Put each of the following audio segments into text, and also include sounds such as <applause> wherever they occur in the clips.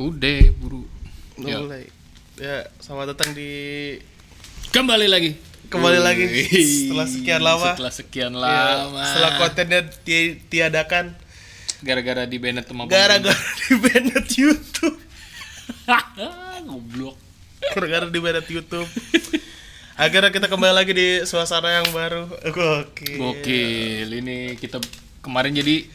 buru Ya. mulai ya selamat datang di Kembali lagi. kembali lagi Wih, setelah sekian lama Setelah sekian Ya, lama. setelah kontennya ti- tiadakan gara-gara di Bennett sama gara-gara <laughs> di banned YouTube pemerintah. <laughs> goblok. gara-gara di banned YouTube akhirnya kita kembali lagi di suasana yang baru oke Gokil. Ini kita kemarin jadi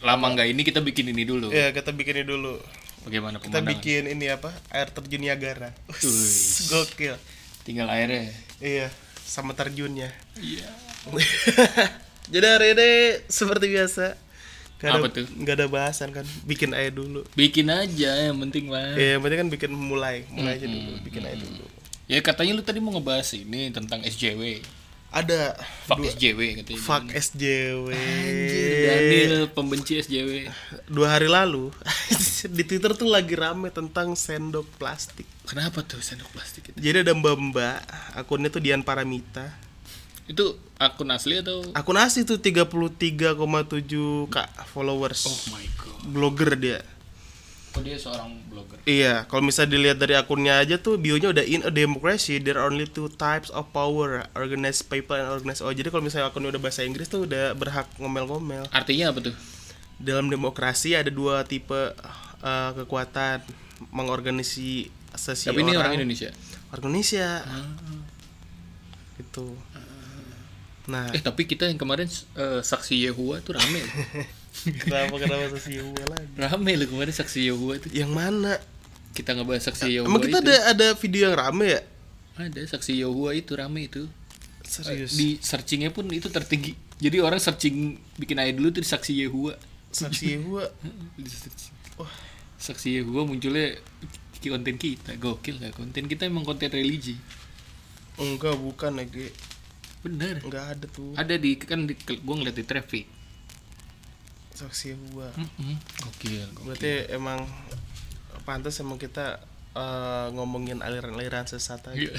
lama nggak ini kita bikin ini dulu. ya kita bikin ini dulu Bagaimana kita pemandangan? bikin ini apa air terjun Niagara Wih. gokil Tinggal airnya. iya sama terjunnya Iya. <laughs> Jadi hari ini seperti biasa nggak ada, Apa tuh? nggak ada bahasan kan Bikin aja dulu Bikin aja yang penting mah. Ya yang penting kan bikin mulai Mulai aja dulu Bikin aja dulu Ya katanya lu tadi mau ngebahas ini tentang SJW. Ada Fuck SJW katanya. Fuck SJW Anjir, Daniel pembenci SJW. Dua hari lalu <laughs> Di Twitter tuh lagi rame tentang sendok plastik Kenapa tuh sendok plastik itu? Jadi ada mbak-mbak Akunnya tuh Dian Paramita Itu akun asli atau Akun asli tuh 33,7k followers Oh my god. Blogger dia Oh dia seorang blogger. Iya, kalau misalnya dilihat dari akunnya aja tuh bionya udah in a democracy there are only two types of power, organized people and organized oh. Jadi kalau misalnya akunnya udah bahasa Inggris tuh udah berhak ngomel-ngomel. Artinya apa tuh? Dalam demokrasi ada dua tipe eh, kekuatan mengorganisasi sesi Tapi ini orang Ah. orang Indonesia. Orang Indonesia. Gitu. <laughs> Nah, Eh tapi kita yang kemarin eh, saksi Yehua tuh rame. <laughs> loh. kenapa kenapa sesi gue lagi? rame loh kemarin saksi Yehua tuh. Yang mana? Kita ngebahas saksi Yehua Emang kita Ya, itu. ada ada video yang rame ya? Ada saksi Yehua itu rame itu. Eh, Serius. Di searchingnya pun itu tertinggi. Jadi orang searching bikin aja dulu tuh di saksi Yehua. Saksi Yehua Di searching. Wah. Saksi Yehua munculnya di konten kita. Gokil lah konten kita emang konten religi. enggak bukan lagi. Bener. Enggak ada tuh. Ada di kan di, gua ngeliat di traffic. saksi gua Mm-mm. Gokil. gokil. berarti emang pantas emang kita eh, ngomongin aliran-aliran sesat aja Iya.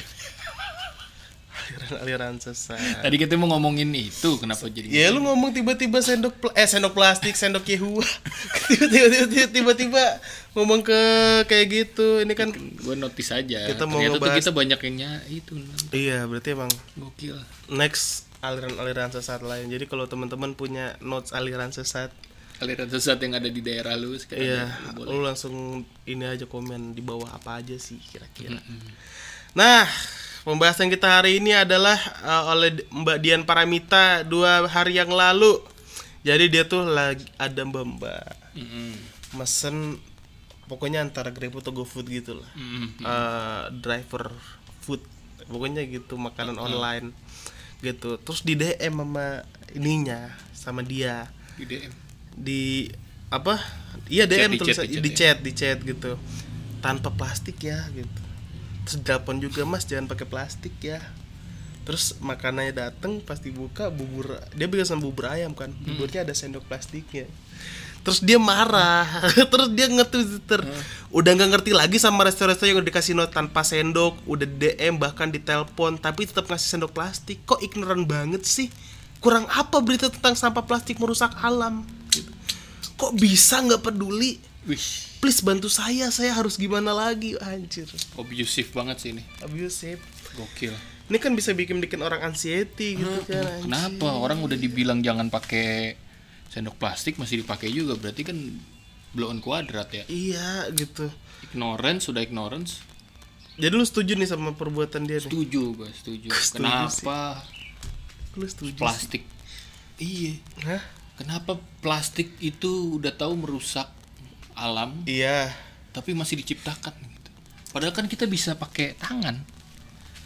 <laughs> aliran-aliran sesat <laughs> Tadi kita mau ngomongin itu kenapa jadi ya lu ngomong tiba-tiba sendok pla- eh sendok plastik sendok Yehua <laughs> tiba-tiba tiba- tiba-tiba ngomong ke kayak gitu ini kan gue notice aja. Kita mau Ternyata tuh ngebahas- kita banyak yang nya- itu iya berarti emang gokil. next aliran-aliran sesat lain jadi kalau teman-teman punya notes aliran sesat Aliran sesat yang ada di daerah lu sekarang Iya, ya, boleh. lu langsung ini aja komen di bawah apa aja sih kira-kira. Nah, pembahasan kita hari ini adalah uh, oleh D- Mbak Dian Paramita dua hari yang lalu. Jadi dia tuh lagi ada Mbak Mbak Mm-mm. mesen pokoknya antara GrabFood atau GoFood gitu lah. Mm-mm. Eh, driver food pokoknya gitu makanan online gitu. Terus di DM sama ininya sama dia Di DM. di apa iya Chat, DM di tulis chat, ya. di, di chat, di chat gitu tanpa plastik ya gitu terus telepon juga mas jangan pakai plastik ya terus makanannya dateng pas dibuka bubur dia bikin sama bubur ayam kan Hmm. buburnya ada sendok plastiknya terus dia marah <laughs> terus dia nge-twitter Hmm. udah nggak ngerti lagi sama restoran-restoran yang udah dikasih note tanpa sendok udah DM bahkan ditelepon tapi tetap ngasih sendok plastik kok ignoran banget sih kurang apa berita tentang sampah plastik merusak alam gitu. kok bisa nggak peduli Wish, please bantu saya saya harus gimana lagi anjir obusif banget sih ini. abusive Gokil. ini kan bisa bikin bikin orang anxiety gitu kan anjir. Hmm, Kenapa orang udah dibilang jangan pakai sendok plastik masih dipakai juga berarti kan blown kuadrat ya. iya gitu Ignorance sudah ignorance. jadi lu setuju nih sama perbuatan dia nih Setuju gue setuju. <laughs> Setuju Kenapa lu setuju plastik? Iya. Hah? Kenapa plastik itu udah tahu merusak alam iya tapi masih diciptakan gitu. Padahal kan kita bisa pakai tangan.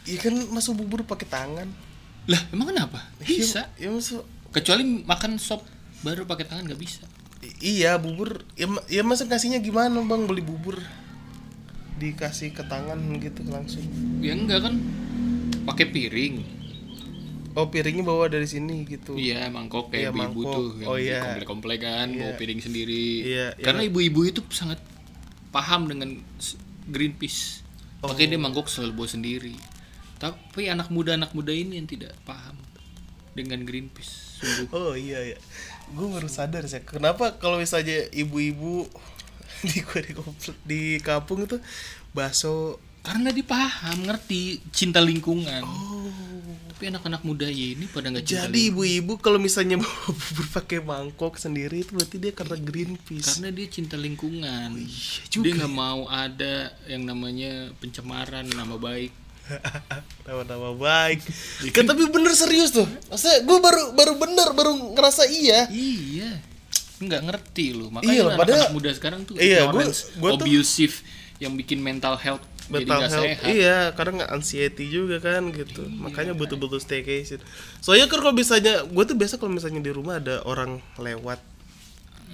iya kan masuk bubur pakai tangan Lah, emang kenapa? Bisa. ya, ya masuk Kecuali makan sop baru pakai tangan nggak bisa. I- iya bubur ya, ma- ya masa kasihnya gimana bang beli bubur dikasih ke tangan gitu langsung Ya enggak kan pakai piring. oh piringnya bawa dari sini gitu Iya, mangkok Iya, kayak ibu-ibu mangkok. tuh yang Oh, iya. komplek-komplek kan, bawa piring sendiri. Iya, iya. Karena ibu-ibu itu sangat paham dengan s- Greenpeace. Oh. Makanya dia mangkok selalu bawa sendiri. Tapi anak muda anak muda ini yang tidak paham dengan Greenpeace. Sungguh oh iya iya gue baru sadar sih kenapa kalau misalnya ibu-ibu <laughs> di gua di, komplek- di kampung itu bakso Karena dia paham, ngerti cinta lingkungan. oh Tapi anak-anak muda ya ini pada nggak cinta Jadi ibu-ibu kalau misalnya <laughs> bawa bubur pakai mangkok sendiri itu berarti dia karena Greenpeace. <laughs> karena dia cinta lingkungan iya dia juga. nggak mau ada yang namanya pencemaran nama baik Nama-nama baik. Kan tapi bener serius tuh. Maksudnya gue baru baru bener baru ngerasa iya. iya nggak ngerti Iya, loh makanya anak, padahal- muda sekarang tuh Iya, gua- ignorance, gua tuh- abusive yang bikin mental health jadi Mental nggak health. sehat Iya, Iya, karena nggak anxiety juga kan gitu. Makanya butuh-butuh staycation. Soalnya kan kalau misalnya gue tuh biasa kalau misalnya di rumah ada orang lewat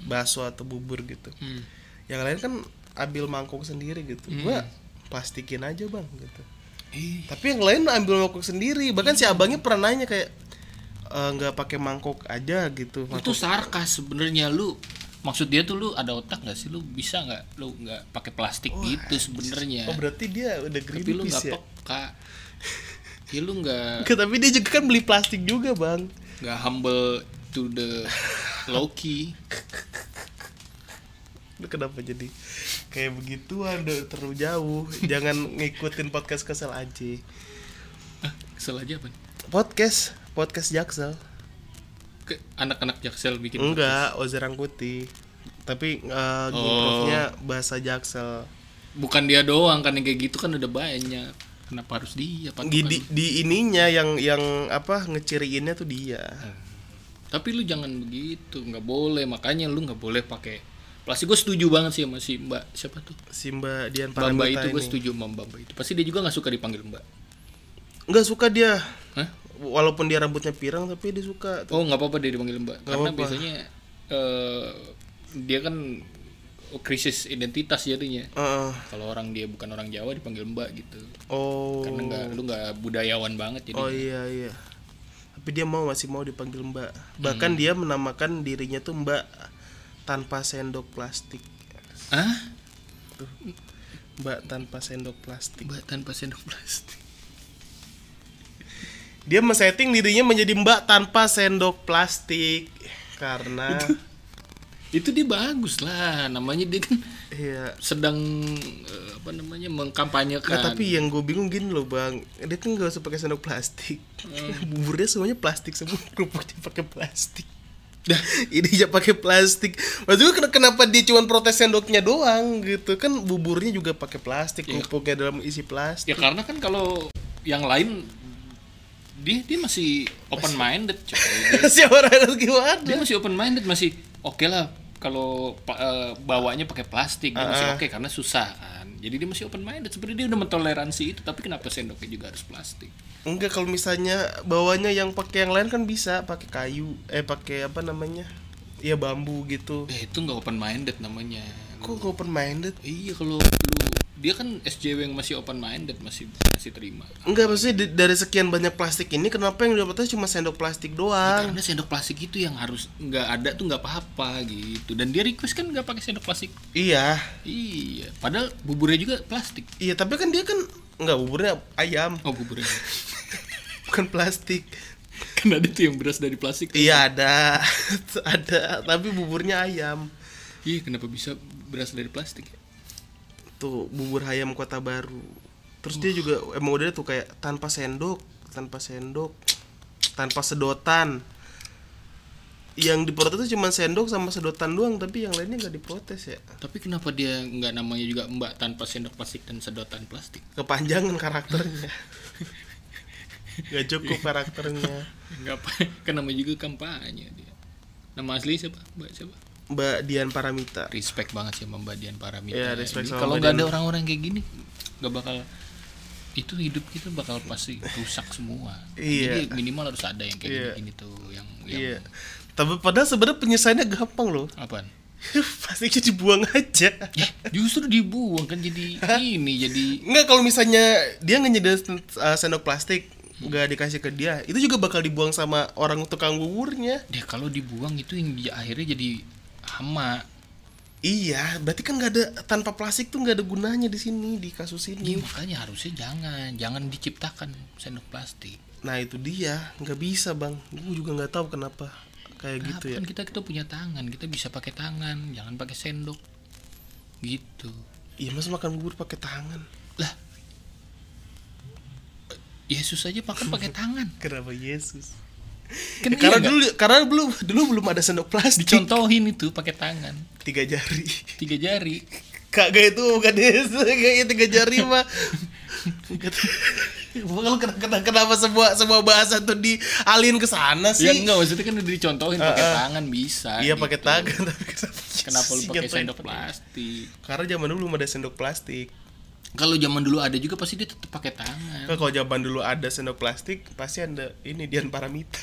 bakso atau bubur gitu. Hmm. Yang lain kan ambil mangkok sendiri gitu. Gua plastikin aja bang gitu. Ih, tapi yang lain ambil mangkok sendiri bahkan si abangnya pernah nanya kayak "Eh, nggak pakai mangkok aja gitu itu mangkok sarkas sebenarnya lu maksud dia tuh lu ada otak nggak sih lu bisa nggak lu nggak pakai plastik gitu sebenarnya oh berarti dia udah tapi lu nggak greenpeace ya peka ya lu nggak Ke- tapi dia juga kan beli plastik juga bang nggak humble to the low key Lu kenapa jadi kayak begituan udah terlalu jauh jangan ngikutin podcast kesel aja Ah, kesel aja apa nih? podcast podcast jaksel Ke- anak-anak jaksel Hmm. bikin enggak ozerang putih tapi eh, Oh. ngimprove-nya bahasa jaksel bukan dia doang kan yang kayak gitu kan ada banyak kenapa harus dia patokan? di, di, di ininya yang yang apa ngeciriinnya tuh dia tapi lu jangan begitu nggak boleh makanya lu nggak boleh pakai plastik gue setuju banget sih sama si mbak siapa tuh Simba Dian Mbak itu Paramita gue ini setuju sama Mbak itu pasti dia juga nggak suka dipanggil Mbak nggak suka dia Hah? walaupun dia rambutnya pirang tapi dia suka oh nggak apa-apa dia dipanggil Mbak karena apa-apa. biasanya eh, dia kan oh, krisis identitas jadinya Heeh. kalau orang dia bukan orang Jawa dipanggil Mbak gitu oh karena nggak lu nggak budayawan banget jadi oh iya iya tapi dia mau masih mau dipanggil Mbak bahkan dia menamakan dirinya tuh Mbak tanpa sendok plastik ah Mbak tanpa sendok plastik Mbak tanpa sendok plastik dia men-setting dirinya menjadi Mbak tanpa sendok plastik karena itu dia bagus lah namanya dia kan iya sedang eh, apa namanya mengkampanyekan Nah, tapi yang gue bingung gini loh bang Dia kan gak usah pakai sendok plastik <laughs> Buburnya semuanya plastik semua <laughs> Kerupuknya pakai plastik <laughs> Ini aja pakai plastik Maksud gue ken- kenapa dia cuma protes sendoknya doang gitu Kan buburnya juga pakai plastik Kerupuknya dalam isi plastik ya karena kan kalau yang lain dia dia masih open minded coy <laughs> Siapa orang gimana dia masih open minded masih oke lah kalau pa- eh, bawanya pakai plastik dia masih oke karena susah kan jadi dia masih open minded sebenarnya dia udah mentoleransi itu tapi kenapa sendoknya juga harus plastik Enggak kalau misalnya bawahnya yang pakai yang lain kan bisa pakai kayu Eh pakai apa namanya Ya bambu gitu eh, itu nggak open minded namanya Kok open minded iya kalau lu dia kan SJW yang masih open minded masih masih terima Enggak maksudnya di- dari sekian banyak plastik ini kenapa yang dapetnya cuma sendok plastik doang karena sendok plastik itu yang harus nggak ada tuh nggak apa-apa gitu dan dia request kan nggak pakai sendok plastik Iya, iya padahal buburnya juga plastik iya tapi kan dia kan nggak buburnya ayam, <laughs> oh buburnya bukan plastik. <laughs> kan ada tuh yang beras dari plastik Iya ada, <laughs> ada tapi buburnya ayam. iya kenapa bisa beras dari plastik ya? Tuh bubur ayam Kota Baru. Terus dia juga emang udah tuh kayak tanpa sendok, tanpa sendok, tanpa sedotan. Yang diprotes tuh cuma sendok sama sedotan doang, tapi yang lainnya nggak diprotes ya. tapi kenapa dia nggak namanya juga mbak tanpa sendok plastik dan sedotan plastik Kepanjangan karakternya. Gak cukup karakternya. nggak apa <laughs> kan namanya juga kampanye dia nama asli siapa mbak siapa Mbak Dian Paramita. respect banget sih sama mbak Dian Paramita Iya, respect Ini sama kalau Mbak nggak ada orang-orang kayak gini nggak bakal itu hidup kita bakal pasti rusak semua Iya. jadi minimal harus ada yang kayak Iya. gini, tuh yang yang Iya. Tapi padahal sebenarnya penyelesaiannya gampang loh. <laughs> apaan Plastiknya dibuang aja. ya justru dibuang kan jadi ini jadi Enggak kalau misalnya dia ngenyediain sen- uh, sendok plastik nggak dikasih ke dia, itu juga bakal dibuang sama orang tukang buburnya. deh kalau dibuang itu yang di- akhirnya jadi hama Iya, berarti kan nggak ada tanpa plastik tuh nggak ada gunanya di sini di kasus Iya, ini. makanya harusnya jangan jangan diciptakan sendok plastik Nah itu dia nggak bisa bang. Gue juga nggak tahu kenapa kayak gitu Apa ya. kan kita kita punya tangan kita bisa pakai tangan jangan pakai sendok gitu Iya mas makan bubur pakai tangan. lah Yesus aja makan pakai <laughs> tangan Kenapa Yesus? Eh, kan iya karena nggak? dulu karena belum dulu belum ada sendok plastik. dicontohin itu pakai tangan Tiga jari. <laughs> tiga jari Kagak itu bukan Yesus, <laughs> kagak tiga jari mah. Bukan kenapa, kenapa, kenapa semua semua bahasa tuh dialin ke sana ya sih? enggak maksudnya kan udah dicontohin pakai Ah, ah. tangan bisa Iya pakai gitu. gitu. tangan tapi kenapa? kenapa lu Yesus pakai sih, sendok ngapain? plastik Karena zaman dulu belum ada sendok plastik. kalau zaman dulu ada juga pasti dia tetap pakai tangan Kan Kalau zaman dulu ada sendok plastik, pasti ada ini Dian Paramita.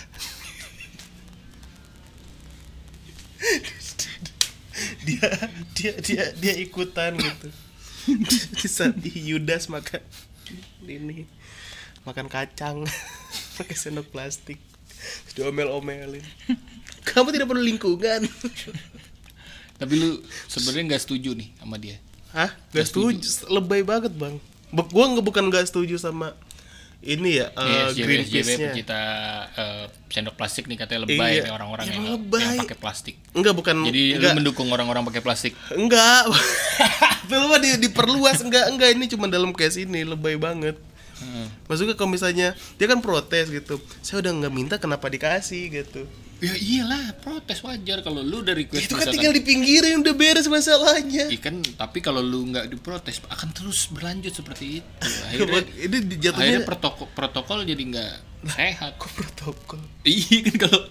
<laughs> dia dia dia dia ikutan gitu. Di saat Yudas makan ini makan kacang <laughs> pakai sendok plastik diomel-omelin. Kamu tidak perlu lingkungan. tapi lu sebenarnya nggak setuju nih sama dia Hah? Gak setuju. Lebay banget bang. Be- Gua nggak bukan gak setuju sama ini ya eh, SJW, SJW Greenpeace-nya. pencinta eh, sendok plastik nih katanya lebay Iya. nih orang-orang Emang yang, lebay. yang pakai plastik. Enggak bukan Jadi enggak lu mendukung orang-orang pakai plastik. enggak. <laughs> Itu mah di- diperluas enggak enggak ini cuma dalam case ini lebay banget. Heeh. Maksudnya kalau misalnya dia kan protes gitu. Saya udah nggak minta kenapa dikasih gitu. Ya iyalah, protes wajar kalau lu udah request Itu kan misalkan- tinggal di pinggirin udah beres masalahnya. Iya kan, tapi kalau lu nggak diprotes akan terus berlanjut seperti <laughs> itu. Akhirnya, Buat- Ini di- akhirnya jatuhnya protokol protokol jadi nggak sehat. <laughs> kok protokol. Iya kan kalau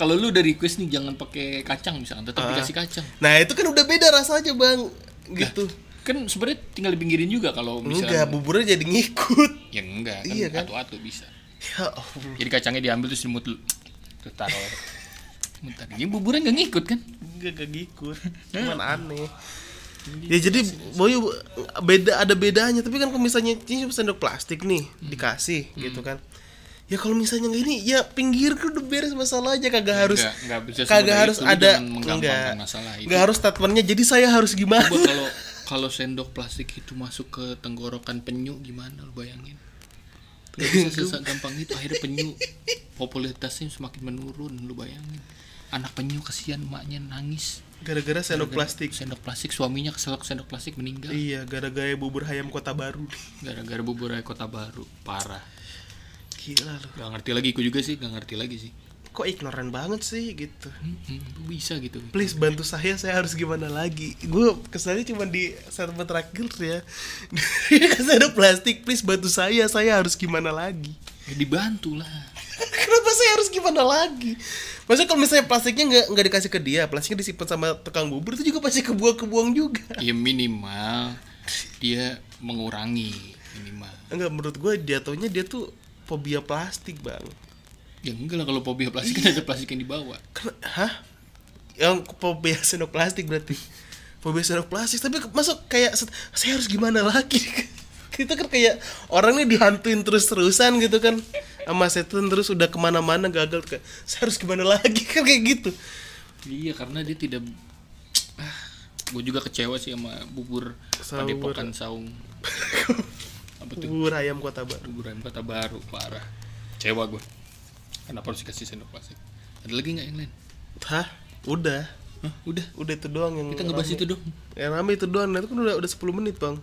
kalau lu udah request nih jangan pakai kacang misalkan, tetap dikasih kacang. Nah, itu kan udah beda rasanya, Bang. Gitu. Kan sebenarnya tinggal dipinggirin juga kalau misalnya Enggak, buburnya jadi ngikut. <laughs> ya enggak kan Iya kan? atu-atu bisa. Ya Allah. Jadi kacangnya diambil terus dimut dulu. Tuh taruh. Bentar. Ini buburnya nggak ngikut kan? Enggak gak ngikut. <laughs> Cuman aneh. Ya jadi Boyu beda ada bedanya tapi kan kalau misalnya ini sendok plastik nih Hmm. dikasih gitu kan. Ya kalau misalnya nggak ini ya pinggir udah beres masalahnya kagak harus Nggak- nggak bisa kagak semudah harus itu, lu ada jangan menggampangkan enggak masalah itu. enggak harus statementnya jadi saya harus gimana. Coba kalau kalau sendok plastik itu masuk ke tenggorokan penyu gimana lu bayangin? Gak bisa sesak gampang itu akhirnya penyu popularitasnya semakin menurun lu bayangin. Anak penyu kasihan emaknya nangis. <laughs> Gara-gara sendok plastik. Sendok plastik suaminya keselak sendok plastik meninggal Iya, gara-gara bubur ayam Kota Baru. gara-gara bubur ayam kota baru. Parah. Gila loh. Gak ngerti lagi aku juga sih, gak ngerti lagi sih. Kok ignoran banget sih gitu. Hmm, hmm, kok bisa gitu. please bantu saya saya harus gimana lagi gue kesannya cuma di statement terakhir ya <laughs> saya ada plastik please bantu saya saya harus gimana lagi <laughs> Ya dibantu lah. kenapa saya harus gimana lagi maksudnya kalau misalnya plastiknya nggak nggak dikasih ke dia plastiknya disimpan sama tukang bubur itu juga pasti kebuang-kebuang juga ya minimal dia mengurangi minimal enggak menurut gue jatuhnya dia tuh fobia plastik bang ya enggak lah kalau fobia plastik kan Iya. ada plastik yang dibawa Ken- hah yang fobia sendok plastik berarti fobia sendok plastik tapi ke- masuk kayak set- saya harus gimana lagi <laughs> kita kan kayak orangnya dihantuin terus terusan gitu kan sama setan terus udah kemana-mana gagal kayak saya harus gimana lagi <laughs> kan kayak gitu iya karena dia tidak ah, gue juga kecewa sih sama bubur Sama padepokan saung apa tuh bubur ayam kota baru bubur ayam kota baru parah kecewa gue kenapa harus dikasih sendok plastik ada lagi nggak yang lain hah udah Hah, udah udah itu doang yang kita ngebahas rame. itu dong yang rame itu doang nah, itu kan udah udah 10 menit bang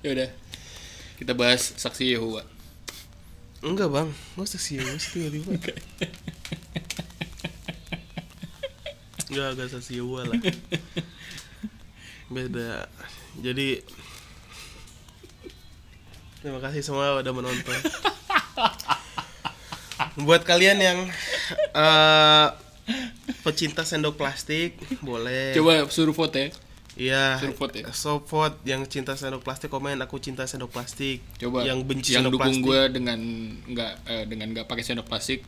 ya udah kita bahas saksi Yehova enggak bang masa sih masa tiba-tiba Enggak, agak sasiwa lah Beda Jadi Terima kasih semua udah menonton Buat kalian yang eh, Pecinta sendok plastik Boleh coba suruh vote ya Iya suruh vote ya Support yang cinta sendok plastik Komen aku cinta sendok plastik coba Yang benci yang sendok plastik dukung gue dengan nggak eh, dengan nggak pakai sendok plastik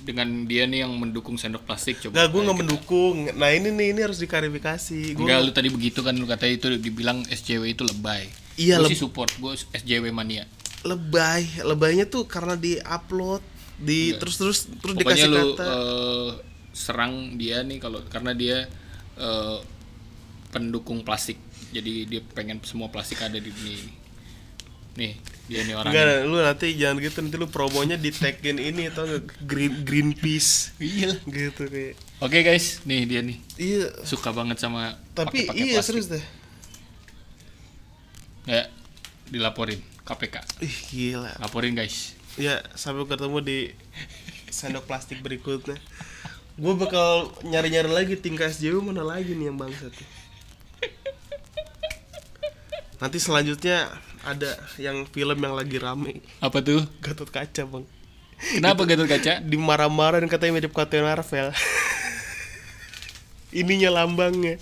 dengan dia nih yang mendukung sendok plastik coba Enggak, gue gak mendukung Nah ini nih, ini harus diklarifikasi Enggak, Gue lu tadi begitu kan lu katanya itu dibilang SJW itu lebay Iya, Gua leb- sih support gue SJW mania lebay Lebaynya tuh karena di upload di terus-terus terus Iya. pokoknya dikasih lu kata eh, serang dia nih kalau karena dia eh, pendukung plastik jadi dia pengen semua plastik ada di dunia ini nih dia nih orang Enggak, lu nanti jangan gitu nanti lu promonya di tagin ini atau Green Greenpeace iya lah. gitu kayak Oke guys, nih dia nih iya suka banget sama tapi pakai-pakai iya plastik. serius deh Ya, dilaporin KPK. ih gila Laporin guys. ya sampai ketemu di sendok plastik berikutnya gue bakal nyari-nyari lagi tingkat SJW mana lagi nih yang bangsat nanti selanjutnya ada yang film yang lagi rame Apa tuh? Gatot Kaca bang Kenapa Gatot Kaca? dimarah-marahin katanya mirip Captain Marvel ininya lambangnya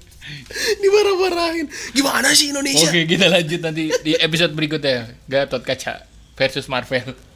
dimarah-marahin gimana sih Indonesia Oke, kita lanjut nanti di episode berikutnya Gatot Kaca versus Marvel.